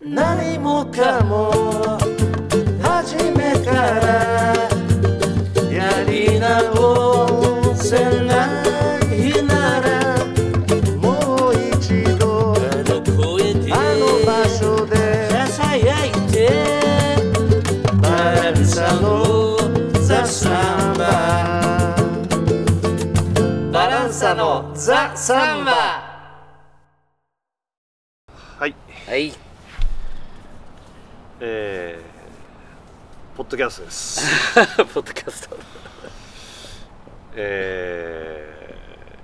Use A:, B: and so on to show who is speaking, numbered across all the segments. A: 何もかも初めからやり直せないならもう一度
B: あの声で
A: あの場所で
B: ささやいて
A: バランサのザ・サンバ
B: バランサのザ・サンバ
C: はい、
B: はい
C: えー、ポッドキャストです。
B: ポッドキャスト
C: え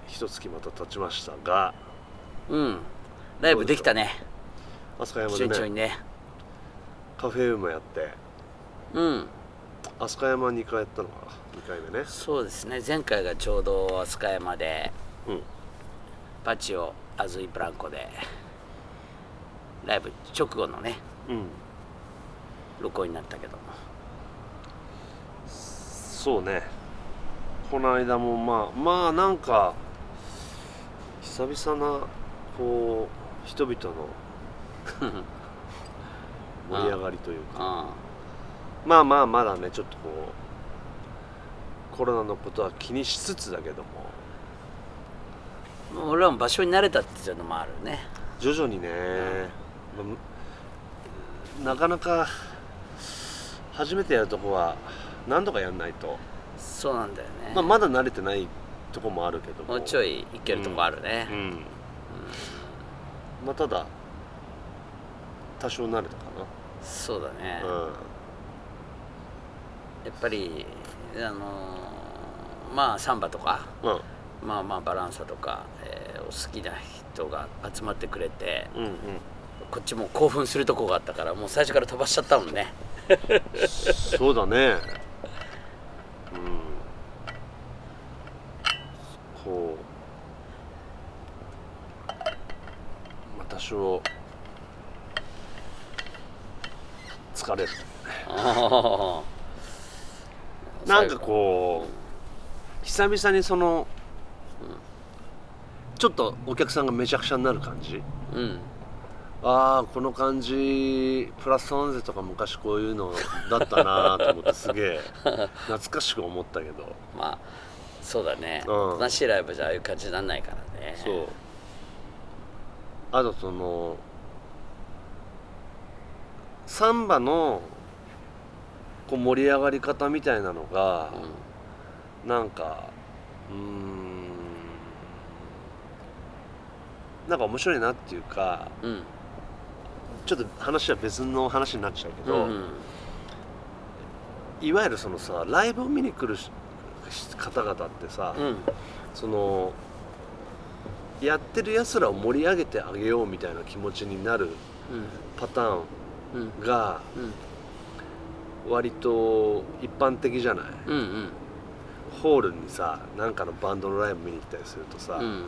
C: ー、一月また経ちましたが、
B: うんライブできたね
C: 飛鳥
B: 順
C: 山
B: 調
C: で
B: に
C: ね、
B: ね
C: カフェウームやって、
B: うん
C: 飛鳥山2回やったのかな、2回目ね。
B: そうですね前回がちょうど飛鳥山で
C: うん、
B: パチオアズイブランコでライブ直後のね
C: うん、
B: 録音になったけども
C: そうね。この間もまあ、まあなんか、久々な、こう、人々の盛り上がりというか、
B: う
C: まあまあまだねちょっとこうコロナのことは気にしつつだけども
B: ん俺らも場所に慣れたっていうのもあるね
C: 徐々にね、まあむなかなか初めてやるとこは何度かやんないと、
B: そうなんだよね、
C: まあ、まだ慣れてないとこもあるけども
B: もうちょ
C: い、
B: い行けるとこあるね
C: うんまあただ多少慣れたか
B: そうだね、
C: な、うん
B: やっぱりあのーまあサンバとか
C: ま
B: まあまあバランサとか、えーお好きな人が集まってくれて
C: あうん うん
B: こっちも興奮するとこがあったからもう最初から飛ばしちゃったもんね
C: そうだね。うん。こう。まあ、多少。疲れる。 なんかこう。久々にその。ちょっとお客さんがめちゃくちゃになる感じ。
B: ううん
C: ああこの感じプラスオンゼとか昔こういうのだったなーと思ってす げえ懐かしく思ったけど
B: まあそうだね
C: うん
B: おとなしいライブじゃああいう感じにならないからね
C: そうあとそのサンバのこう盛り上がり方みたいなのが、なんかうーんなんか面白いなっていうか
B: うんうん
C: ちょっと話は別の話になっちゃうけ
B: う
C: ど、
B: んうん
C: いわゆるそのさライブを見に来るし方々ってさ、
B: うん
C: そのやってるやつらを盛り上げてあげようみたいな気持ちになるパター
B: うんうん
C: ンが割と一般的じゃない、
B: うんうん
C: ホールにさなんかのバンドのライブ見に来たりするとさ、
B: うん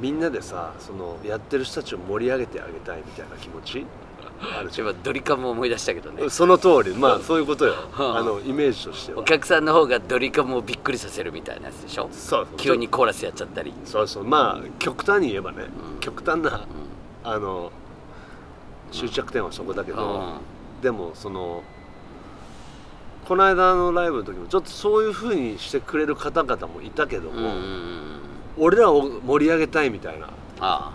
C: みんなでさそのやってる人たちを盛り上げてあげたいみたいな気持 ちあるじゃん
B: 今ドリカムを思い出したけどね
C: その通りまあそういうこと よ、
B: あ
C: あのイメージとして
B: お
C: は
B: 客さんの方がドリカムをびっくりさせるみたいなやつでしょ
C: そうそう
B: 急にコーラスやっちゃったり
C: そうそうまあ極端に言えばね、極端な
B: う
C: あの終着点はそこだけ
B: ん
C: ど、でもそのこの間のライブの時もちょっとそういう風にしてくれる方々もいたけど
B: うんう
C: も、
B: んうん
C: 俺らを盛り上げたいみたいな
B: あ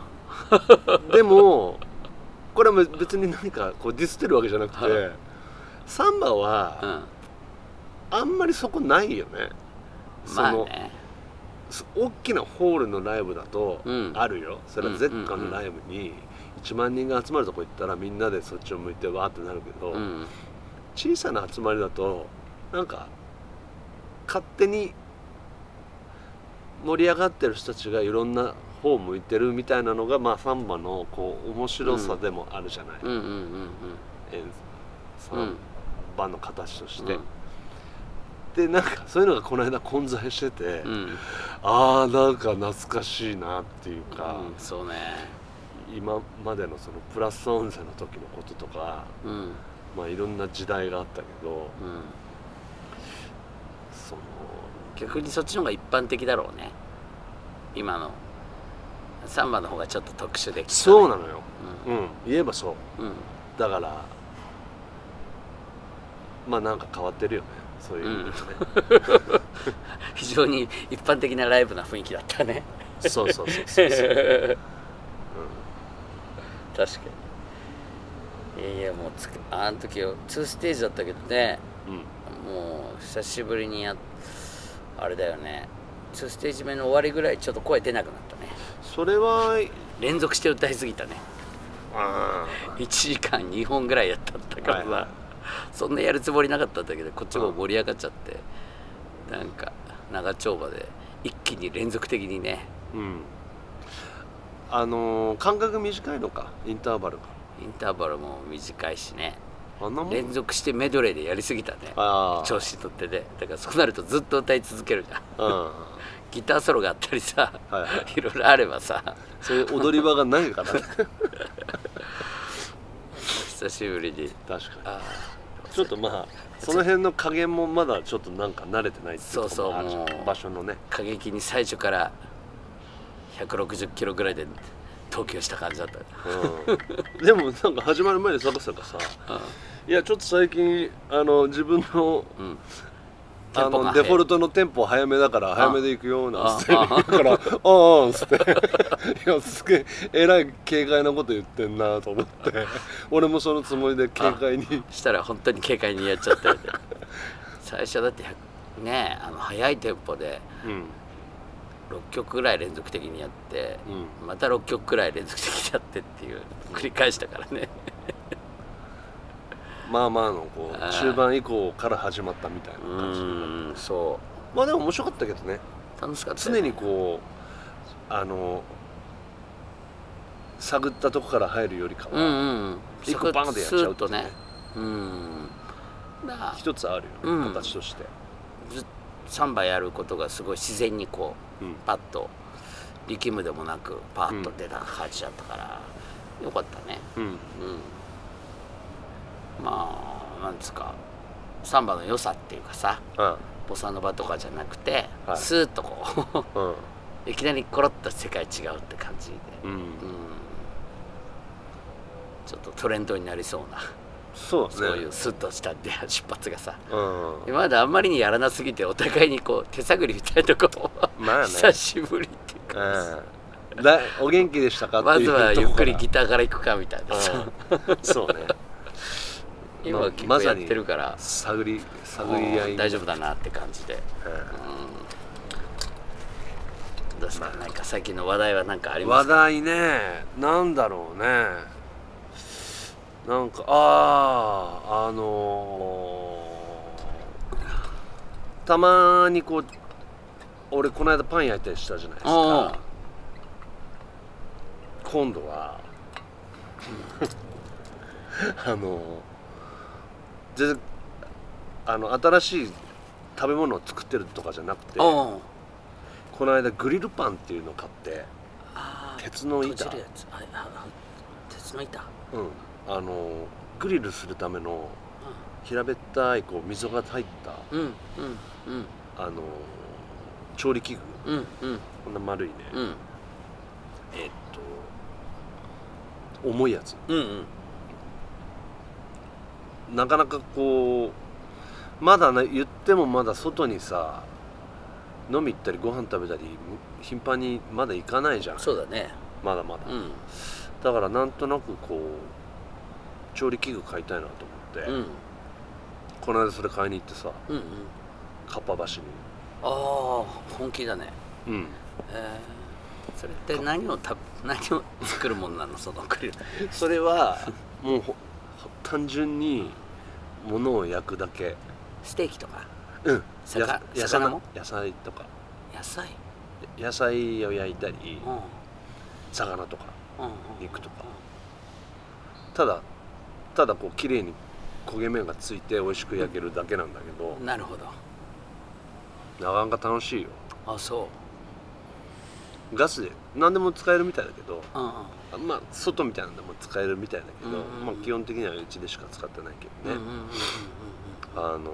C: でもこれも別に何かこうディスってるわけじゃなくて、
B: は
C: サンバ
B: あう
C: は
B: ん
C: あんまりそこないよね。そ
B: まあ
C: の
B: ね
C: す大きなホールのライブだと
B: うん
C: あるよ、それはゼッカのライブに1万人が集まるとこ行ったらみんなでそっちを向いてわーってなるけど、
B: うん
C: 小さな集まりだとなんか勝手に盛り上がってる人たちがいろんな方向いてるみたいなのがまあサンバのこう面白さでもあるじゃない、
B: うんうんうん
C: えーサ
B: うんうん
C: ンバの形として、
B: うん
C: でなんかそういうのがこの間混在してて、
B: うん
C: ああなんか懐かしいなっていうか、
B: うんそうね
C: 今までのそのプラス音声の時のこととか
B: うん
C: まあいろんな時代があったけど
B: うん
C: その
B: 逆にそっちの方が一般的だろうね今のサンバの方がちょっと特殊でき
C: そうなのよ、うん、言えばそう
B: うん、うん
C: だからまあなんか変わってるよねそういう意味でね、
B: 非常に一般的なライブな雰囲気だったね
C: そうそう そうそう
B: 確かにいやいやもうつくあの時よ2ステージだったけどね
C: うん
B: もう久しぶりにやあれだよね2ステージ目の終わりぐらいちょっと声出なくなったね
C: それは
B: 連続して歌いすぎたね
C: あ
B: 1時間2本ぐらいやったんだからさ、
C: はいはい
B: そんなやるつもりなかったんだけどこっちも盛り上がっちゃって、なんか長丁場で一気に連続的にね
C: ーうんあのー間隔短いのかインターバルが
B: インターバルも短いしね
C: あんなもん
B: 連続してメドレーでやりすぎたね
C: ああ
B: 調子乗ってねだからそうなるとずっと歌い続けるじゃん
C: うんは
B: ギターソロがあったりさ
C: いはい
B: いろいろあればさ
C: そういう踊り場がない からね
B: 久しぶりに
C: 確かに
B: あ
C: ちょっとまあその辺の加減もまだちょっとなんか慣れてないっていうところもあるじゃん
B: そうそうもう
C: 場所のね
B: ー過激に最初から160キロぐらいで投球した感じだった、
C: うん、でもなんか始まる前でサカサカさいやちょっと最近あの自分の
B: うんうん、テ
C: あ
B: ンポが
C: の
B: 速
C: デ
B: い
C: フォルトのテンポ早めだから早めで行くよなんつって
B: あ
C: だから「 ああ」っつって いやすげええらい軽快なこと言ってんなと思って 俺もそのつもりで軽快に
B: したら本当に軽快にやっちゃったよね 最初だって100ねあの速いテンポで
C: うん
B: 6曲ぐらい連続的にやって、
C: うん
B: また6曲くらい連続的にやってっていう繰り返したからね
C: まあまあのこ
B: ああ
C: う中盤以降から始まったみたいな
B: う
C: 感じ
B: ーんそう
C: まあでも面白かったけどね
B: 楽しかった
C: 常
B: よね
C: にこうあの探ったとこから入るよりか
B: うん
C: は
B: うんうん
C: 一個バンでやっちゃう
B: と
C: と
B: ね
C: ね
B: うんだから
C: 一つあるよ
B: う
C: ね
B: ん
C: 形として
B: ずサンバやることがすごい自然にこう、
C: うん
B: パッと力むでもなくパッと出た感じだったから、よかったね
C: うん
B: うん、まあなんですかサンバの良さっていうかさ
C: あ
B: ボサノバとかじゃなくて、
C: はい
B: スーッとこ
C: あうん
B: う いきなりコロッと世界違うって感じで、
C: う
B: うん
C: ん、
B: ちょっとトレンドになりそうな、
C: そうだね
B: そういうスッとした出発がさ
C: うん
B: 今まであんまりにやらなすぎてお互いにこう手探りみたいなとこも、
C: まあね
B: 久しぶりっていうかさ、
C: うんだお元気でしたか
B: ま
C: ってい
B: ず
C: う
B: はゆっくりギ
C: と
B: ターから行くかみたいな
C: こ
B: さ、
C: からうんそうね
B: 今
C: ま
B: は
C: あ
B: 結
C: ま
B: 構
C: さ
B: やっ
C: に
B: てるから、
C: 探り探り合
B: うん
C: い
B: 大丈夫だなって感じで。
C: う
B: どうですか、なんか最近の話題は何かあり
C: ん
B: ま
C: 話
B: すか
C: 題ねなんだろうねなんかあああのーたまにこう俺この間パン焼いたりしたじゃないです
B: おうお
C: か今度はあの全然あの新しい食べ物を作ってるとかじゃなくてこ
B: おう
C: の間グリルパンっていうのを買って
B: あー
C: 鉄の板
B: 閉じるやつあああ鉄の板
C: うんあのグリルするための平べったいこう溝が入った
B: うんうんうん
C: あの調理器具
B: うんうん
C: こんな丸いね、
B: うん
C: えっと重いやつ
B: うんうん
C: なかなかこうまだね言ってもまだ外にさ飲み行ったりご飯食べたりむ頻繁にまだ行かないじゃん
B: そうだね
C: まだまだ、
B: うん
C: だからなんとなくこう調理器具買いたいなと思って、
B: うん
C: この間それ買いに行ってさ
B: うんうん
C: かっぱ橋
B: ああ本気だね
C: に、うん、
B: えー、それって何をた何を作るもんなのそのクリル
C: それはもうほ単純に物を焼くだけ
B: ステーキとか
C: うん
B: さ
C: や
B: か魚も
C: 野菜とか
B: 野菜
C: 野菜を焼いたり
B: うんうん
C: 魚とか
B: うん
C: 肉とかただただこう綺麗に焦げ目がついて美味しく焼けるだけなんだけど、
B: なるほど
C: なかなか楽しいよ
B: あそ
C: ガスで何でも使えるみたいだけど
B: ううんうん
C: あまあ外みたいなのも使えるみたいだけど、
B: うんうんうん
C: まあ、基本的にはうちでしか使ってないけ
B: うん
C: ど
B: うん
C: ね、
B: うんうんうん
C: あの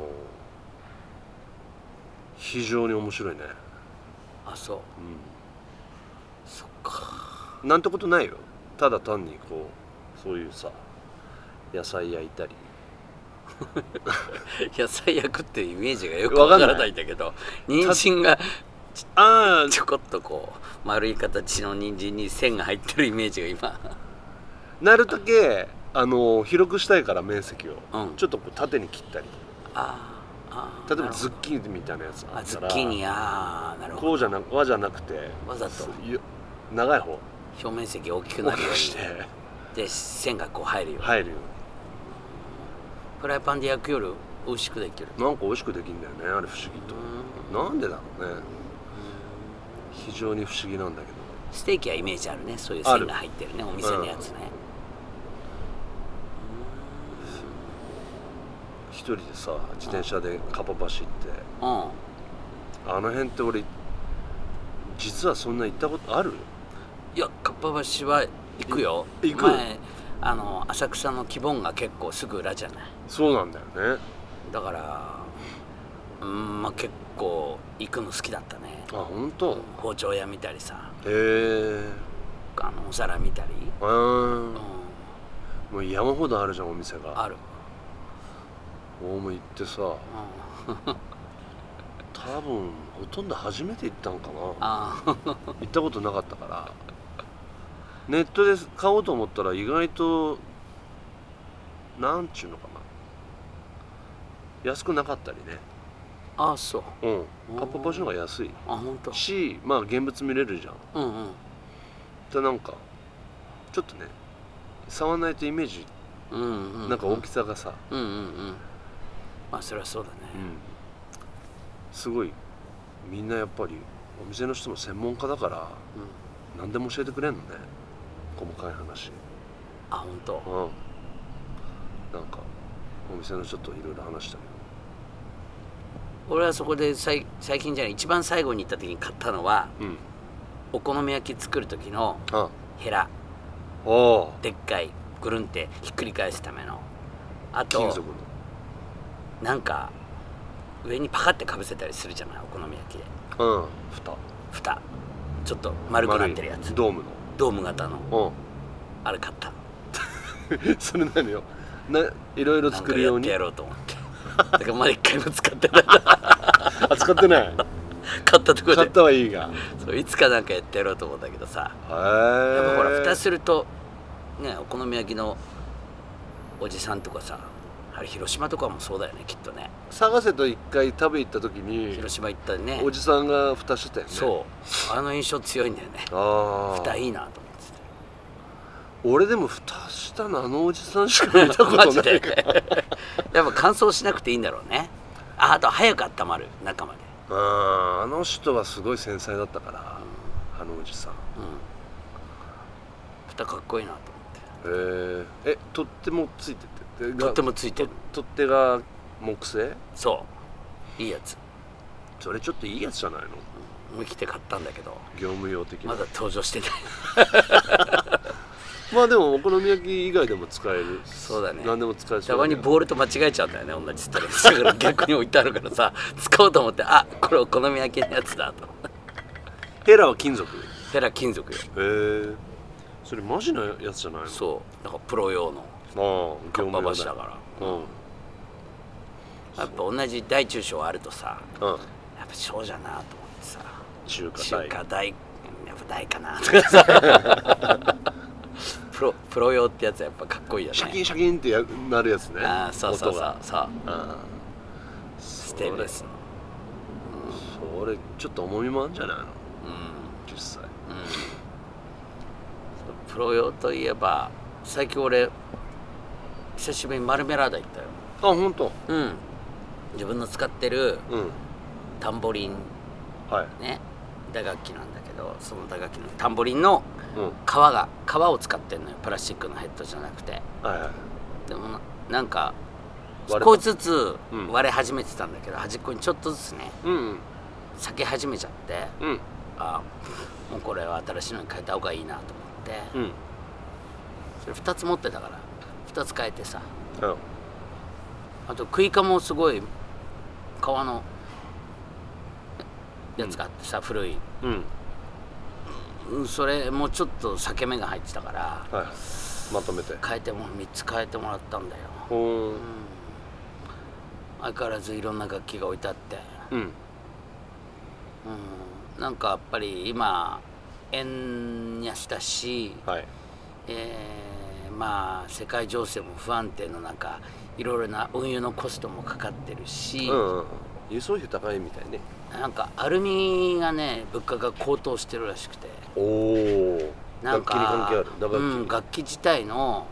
C: 非常に面白いね、
B: あそう
C: うん
B: そっか
C: なんてことないよただ単にこうそういうさ野菜焼いたり
B: 野菜焼くっていうイメージがよくわからないんだけど人参が
C: あ
B: ちょこっとこう丸い形の人参に線が入ってるイメージが今
C: あなるだけあの広くしたいから面積を、
B: うん
C: ちょっとこう縦に切ったり
B: あーあー
C: 例えば
B: なるほど
C: ズッキーニみたいなやつあ
B: あ
C: った
B: ズ
C: ら
B: ッキーニあーなるほど
C: こうじゃな輪じゃなくて
B: わざと
C: ゆ長い方
B: 表面積大きく
C: 大
B: なる
C: き
B: よ
C: くして
B: うにで線がこう入るように
C: 入るよ
B: フライパンで焼くより美味しくできる
C: うになんか美味しくできるんだよねあれ不思議となんでだろうね非常に不思議なんだけど
B: ステーキはイメージあるねそういう
C: ある
B: 線が入ってるねお店のやつね、
C: 一人でさ自転車でカパ走って
B: うん
C: あの辺って俺実はそんな行ったことある
B: いやかっぱ橋は行くよ
C: い行く
B: 前あの浅草の希望が結構すぐ裏じゃない
C: そうなんだよね
B: だからうんまあ結構行くの好きだったね
C: あ本当へ
B: 包丁屋見たりさ
C: え
B: あのお皿見たり、
C: うーん
B: うん、
C: もう山ほどあるじゃんお店が
B: ある、
C: 大も行ってさ
B: うん、
C: 多分ほとんど初めて行ったんかな
B: あー
C: 行ったことなかったからネットで買おうと思ったら意外となんちゅうのかな安くなかったりね
B: あーそう
C: うんかっぱ橋の方が安い
B: あ本当。
C: しまあ現物見れるじゃん
B: うんうん
C: でなんかちょっとね触んないとイメージ
B: うんうん
C: なんか大きさがさ、
B: うんうんうんまあそれはそうだね、
C: うんすごいみんなやっぱりお店の人も専門家だから
B: うん、
C: 何でも教えてくれんのね細かい話
B: あ本当。
C: うんなんかお店の人といろいろ話したけ
B: 俺はそこで最最近じゃない一番最後に行った時に買ったのは
C: どうん
B: お好み焼き作る時の
C: あ
B: ヘラ
C: お
B: でっかいぐるんってひっくり返すためのあ
C: 金
B: と
C: 属の
B: なんか上にパカってかぶせたりするじゃないお好み焼きで
C: うん蓋
B: 蓋ちょっと丸くなってるやつ
C: 丸いドーム
B: ドーム型の
C: の
B: あれ買った
C: うん それ何よないろいろ
B: なん
C: 作
B: か
C: る
B: や
C: よ
B: っ
C: う
B: て
C: に
B: やろうと思ってだからまだ一回も使ってない
C: あ使って ない
B: 買ったところ
C: 買っ
B: で
C: たはいいが
B: そういつかなんかやってやろうと思うんだけどさ
C: へえ
B: やっぱほら蓋するとねお好み焼きのおじさんとかさあれ広島とかもそうだよねきっとね
C: 探せと一回食べ行った時に
B: 広島行ったね
C: おじさんが蓋してたよね
B: そうあの印象強いんだよね
C: ああ
B: 蓋いいなと思 ってて
C: 俺でも蓋したのあのおじさんしか見たこ
B: マ
C: と
B: ジ
C: ない
B: で
C: から
B: やっぱ乾燥しなくていいんだろうねああと早く温まる中まで
C: あーあの人はすごい繊細だったからあのおじさんへ
B: うん蓋かっこいいなと思って
C: ーえ取っ手もついててでが
B: 取っ手もついてる
C: 取っ手が木製
B: そういいやつ
C: それちょっといいやつじゃないの
B: 思い切って買ったんだけど
C: 業務用的な
B: まだ登場してない
C: まあでもお好み焼き以外でも使える
B: そうだね
C: 何でも使え
B: た
C: そう
B: ま
C: だ
B: に
C: けど
B: ボールと間違えちゃうんだよね同じストレスだから逆に置いてあるからさ使おうと思ってあこれお好み焼きのやつだと
C: ヘラは金属へ
B: ヘラ金属よ
C: えそれマジなやつじゃないの
B: そうなんかプロ用の
C: ああ
B: かっぱ橋
C: 業務用
B: だから
C: うん
B: やっぱ同じ大中小あるとさ
C: うん
B: やっぱ小じゃなと思ってさ
C: 中華
B: 中
C: 大
B: 華大やっぱ大かなとかさプロプロ用ってやつはやっぱかっこいいよ
C: シャキ
B: ね
C: ンシャキンってやなるやつね
B: ああそうそうそうそう
C: ああ
B: ス
C: ス
B: テンレス
C: それちょっと重みもあるんじゃないの
B: うん
C: 実際
B: プロ用といえば最近俺久しぶりにマルメラーダ行ったよ
C: あ本当
B: うん自分の使ってる
C: うん
B: タンボリン
C: はい
B: ね打楽器なんだけどその打楽器のタンボリンの
C: うん
B: 皮が皮を使ってんのよプラスチックのヘッドじゃなくて
C: はいはい
B: でもななんか
C: 割れた
B: 少しずつ
C: うん
B: 割れ始めてたんだけど、端っこにちょっとずつね
C: うんうん
B: 裂け始めちゃって
C: うん
B: あもうこれは新しいのに変えた方がいいなと思って、
C: うん
B: それ2つ持ってたから2つ変えてさ
C: うん
B: あとクイカもすごい皮のやつがあってさ、古い
C: うん
B: うんそれもちょっと裂け目が入ってたから
C: はいまとめて
B: 変えても3つ変えてもらったんだよ、
C: ほー
B: うん
C: ん
B: 相変わらずいろんな楽器が置いてあって、
C: うん
B: うん、なんかやっぱり今円安だし、
C: はい
B: えーまあ世界情勢も不安定の中いろいろな運輸のコストもかかってるし、
C: うんうん輸送費高いみたいね
B: なんかアルミがね物価が高騰してるらしくて
C: おお
B: なん
C: 楽器
B: か
C: に関係ある打楽器
B: うん、楽器自体の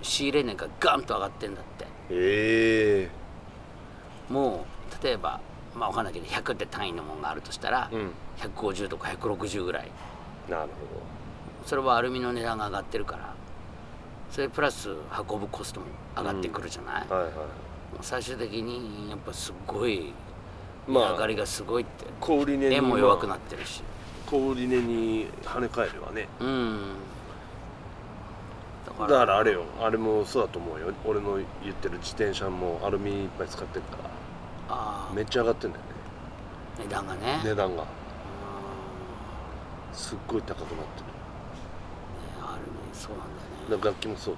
B: 仕入れ値がガンと上がってんだって
C: へえ
B: もう例えばまあわかんないけど100って単位のものがあるとしたら、
C: うん
B: 150とか160ぐらい
C: なる
B: それはアルミの値段が上がってるからそれプラス運ぶコストも上がってくるじゃない、
C: ほどはいはい
B: 最終的にやっぱすごい
C: まあ
B: 上がりがすごいって
C: 小売値に
B: 円も弱くな
C: っ
B: ってるし
C: 小売値に跳ね返るわね
B: うんだ
C: だ
B: から
C: からあれよあれもそうだと思うよ俺の言ってる自転車もアルミいっぱい使ってるから
B: あ
C: めっちゃ上がってんだよね
B: ー値段がね
C: 値段が
B: うん
C: すっごい高くなってる
B: ねあるねそうなんだ
C: だ
B: よね
C: から楽器もそう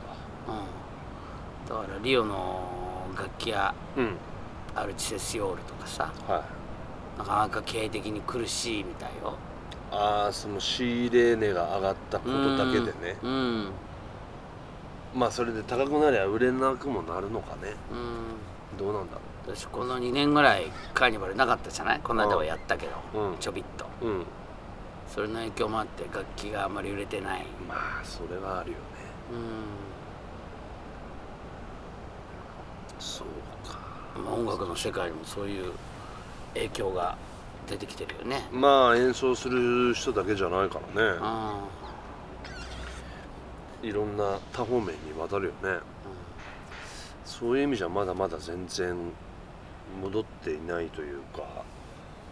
B: うん、だからリオの楽器や
C: だうん
B: アルチセスヨールとかさ
C: はい
B: なかなか経営的に苦しいみたいよ
C: ああその仕入れ値が上がったことだけでね
B: うんうん
C: まあそれで高くなりゃ売れなくもなるのかね
B: うん
C: どうなんだ
B: 私この2年ぐらいカーニバルなかったじゃないこの間はやったけど、
C: うん
B: ちょびっと
C: ろううん
B: それの影響もあって楽器があんまり売れてない
C: まあそれはあるよね
B: うん
C: そうか
B: まあ音楽の世界にもそういう影響が出てきてるよね
C: まあ演奏する人だけじゃないから
B: う
C: ね
B: ん、うん
C: いろんな多方面にわたるよねそういう意味じゃまだまだ全然戻っていないというか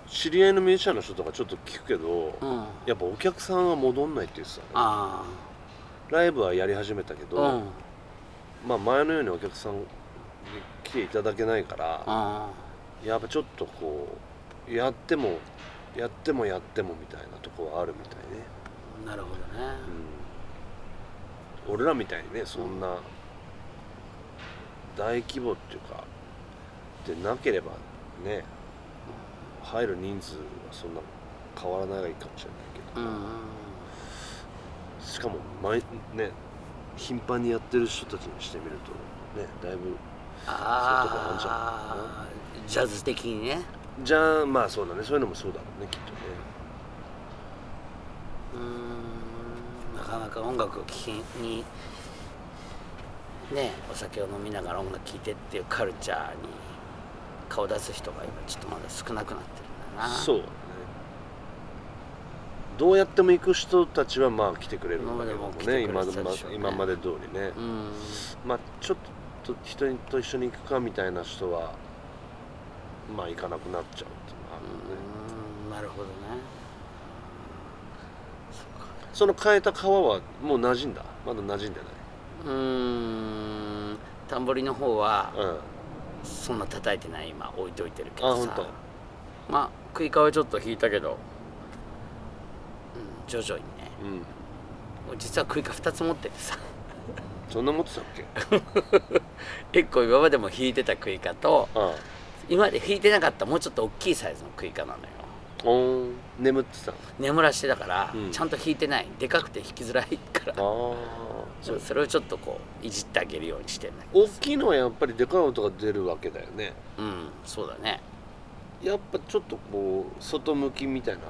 C: 知り合いのミュージシャンの人とかちょっと聞くけど、
B: うん、あ
C: やっぱお客さんは戻んないって言ってたね
B: あ
C: ライブはやり始めたけど、
B: うんうん
C: まあ前のようにお客さんに来ていただけないから、やっぱちょっとこうやってもやってもやってもみたいなとこはあるみたいね、
B: なるほどね
C: うん、俺らみたいにねそんな大規模っていうかでなければね入る人数はそんな変わらないかもしれないけど
B: うん、うん
C: しかも毎ね頻繁にやってる人たちにしてみるとねだいぶそういうとこあんじゃ
B: ああジャズ的にね
C: じゃあまあそうだねそういうのもそうだろうねきっとね
B: うんなかなか音楽を聴きにねお酒を飲みながら音楽聴いてっていうカルチャーに顔出す人が今ちょっとまだ少なくなってるんだな
C: そうだねどうやっても行く人たちはまあ来てくれるんだけどもね
B: 今
C: 今
B: までも来てくれてたでしょうね
C: 今まで通りね、
B: うん
C: まあちょっと人と一緒に行くかみたいな人はまあ行かなくなっちゃうっていうのはあるよね、
B: うんなるほどね
C: その変えた川はもう馴染んだまだ馴染んで
B: うんタンボリの方は
C: ないうん
B: そんな叩いてない今置いといてるけどさ
C: あほんと
B: まあクイカはちょっと弾いたけど、うん、徐々にね
C: うん
B: 実はクイカ2つ持っててさ
C: そんな持ってたっけ
B: 一個今までも弾いてたクイカと
C: ああ
B: 今まで弾いてなかったもうちょっと大きいサイズのクイカなのよ
C: おーん眠ってたの
B: 眠らしてだから、
C: うん
B: ちゃんと弾いてないでかくて弾きづらいから
C: ああそ
B: そうそれをちょっとこういじってあげるようにしてんだけど
C: 大きいのはやっぱりでかい音が出るわけだよね
B: うんそうだね
C: やっぱちょっとこう外向きみたいな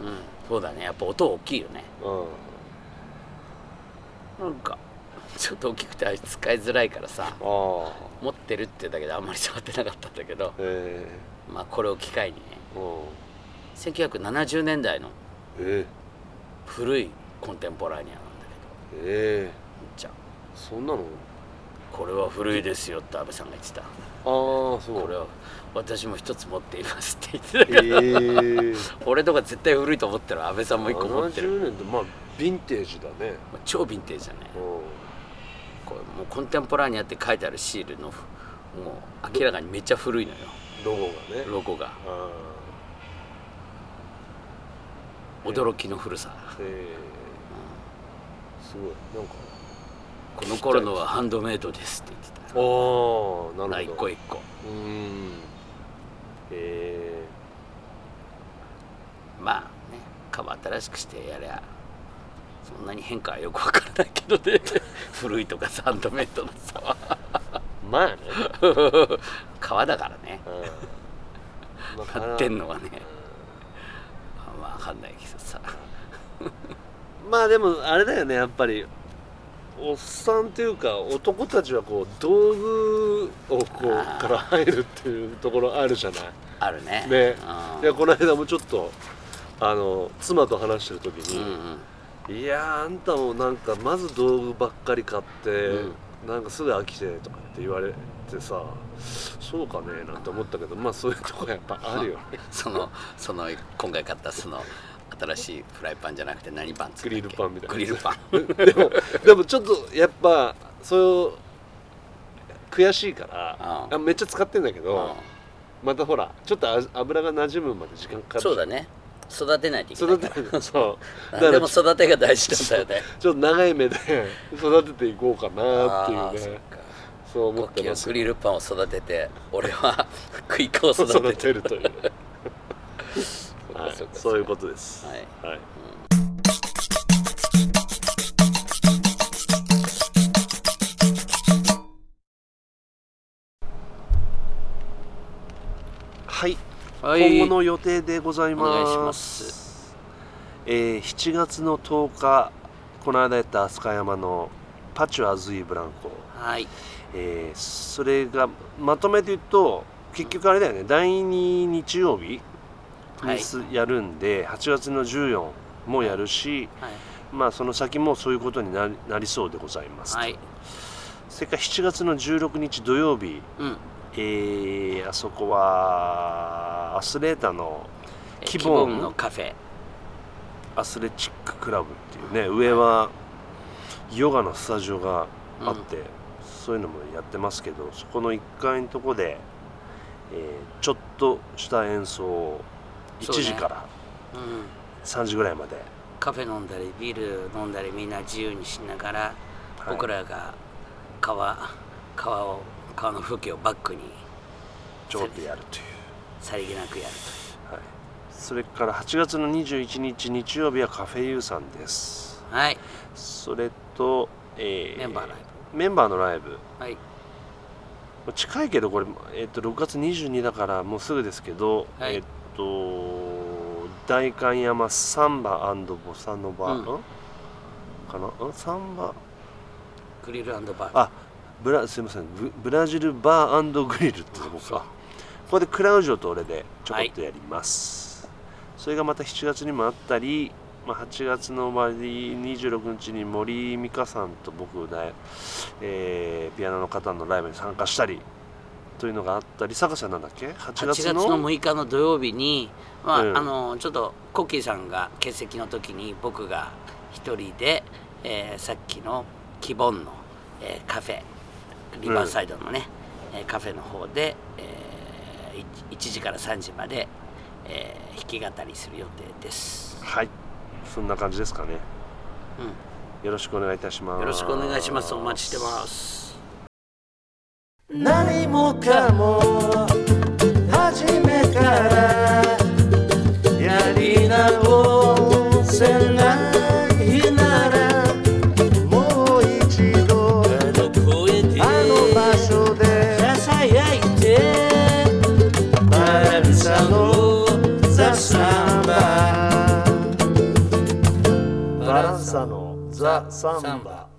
B: うんそうだねやっぱ音大きいよね
C: う
B: なんかちょっと大きくてあいつ使いづらいからさ
C: んああ
B: 持ってるってだけであんまり触ってなかったんだけど
C: え
B: まあこれを機会にね
C: えうん
B: 1970年代の
C: え
B: 古いコンテンポラニアなんだけ
C: えええ
B: どじゃあ
C: そんなの
B: これは古いですよって安倍さんが言ってた
C: ああそう
B: これは私も一つ持っていますって言ってたから、
C: ええ
B: 俺とか絶対古いと思ってる安倍さん も一個持ってる
C: 70年ってまあヴィンテージだね
B: もう超ヴィンテージだね
C: う
B: これもうコンテンポラニアって書いてあるシールのもう明らかにめっちゃ古いのよ
C: んロゴがね
B: ロゴが
C: あ
B: 驚きの古さ、
C: えー、すごいなんか
B: この頃のはハンドメイドですって言って
C: ああ
B: た
C: な
B: な
C: る
B: 一
C: ほど
B: 個一個
C: うーんえ
B: まあね株新しくしてやりゃそんなに変化はよくわからないけどね 古いとかハンドメイドのさは
C: ー、 まあね、
B: 革だからね
C: うん、
B: 買ってん
C: の
B: のはねまあわかんないけどさ
C: まあでもあれだよねやっぱりおっさんっていうか男たちはこう道具をこう
B: あー
C: から入るっていうところあるじゃない
B: あるね
C: ね
B: うん
C: いやこの間もちょっとあの妻と話してる時
B: うん
C: に、いやーあんたもなんかまず道具ばっかり買って、
B: うん
C: なんかすぐ飽きてとかって言われてさそうかねなんて思ったけどまあそういうとこやっぱあるよね
B: うん そのその今回買ったその新しいフライパンじゃなくて何パンつ
C: グリルパンみたいな
B: グリ ルパン
C: でもでもちょっとやっぱそう悔しいから
B: うん
C: あめっちゃ使ってんだけ
B: う
C: ど
B: ん
C: またほらちょっとあ油が馴染むまで時間かかる
B: そうだね育てないといけない
C: 育
B: から
C: て るそうだか
B: 何で
C: ら
B: も
C: ちょ
B: 育てが大事なんだよね
C: ちょっと長い目で育てていこうかな
B: あ
C: っ
B: あ
C: てい
B: そうっ
C: ね
B: か
C: そう思
B: コ
C: っ
B: ッキ
C: て
B: ー
C: ま
B: は
C: す
B: グリルパンを育てて俺はクイカを育てて
C: 育てるというはい
B: そっかそっか
C: そういうことです
B: はい
C: はいはい今後の予定でございます
B: お願いします
C: えー7月の10日この間やった飛鳥山のパチュアズイブランコ、
B: はい
C: えーそれがまとめて言うと結局あれだよね第2日曜日
B: はい
C: にすやるんで、8月の14もやるし、
B: はい
C: まあその先もそういうことになりなりそうでございます、
B: はい
C: それから7月の16日土曜日、
B: うん
C: えーあそこはアスレータの
B: え
C: キ
B: キ
C: ボン
B: ボンのカフェ
C: アスレチッククラブっていうね上はヨガのスタジオがあって、そういうのもやってますけどそこの1階のとこで、えーちょっとした演奏を1
B: そうね
C: 時から
B: うん
C: 3時ぐらいまで、
B: カフェ飲んだりビール飲んだりみんな自由にしながら、
C: はい
B: 僕らが川川を川の風景をバックに
C: ちょっとやるという、
B: さりげなくやる
C: はい、それから8月の21日日曜日はカフェユーさんです
B: とはい
C: それと、え
B: メンバーライ
C: メンバーのライブ
B: はい
C: 近いけどこれ、えっと6月22だからもうすぐですけど、
B: はい
C: えっと代官山サンバボサノバ、
B: うん
C: んかなうんサンバ
B: グリルバー
C: あブラすいませんブブラジルバーグリルってとこ
B: そう
C: かここでクラウジョと俺でちょこっとやります、それがまた7月にもあったり、まあ、8月の終わり26日に森美香さんと僕で、えーピアノの方のライブに参加したりというのがあったり坂瀬なんだっけ8
B: 8
C: 月
B: 月
C: の
B: の6日の土曜日に、まあ
C: うん
B: あのちょっとコッキーさんが欠席の時に僕が一人で、えーさっきのキボンの、えーカフェリバーサイドのね、えーカフェの方で、えーい1時から3時まで、えー弾き語りする予定です、
C: はいそんな感じですかね
B: う
C: よろしくお願いいたします
B: ん、よろしくお願いしますお待ちしてます
A: 何もかも初めからやり直せないならもう一度
B: あの声で
A: あの場所で
B: さやいて
A: バランサのザ・サンバ
C: バランサのザ・サンバ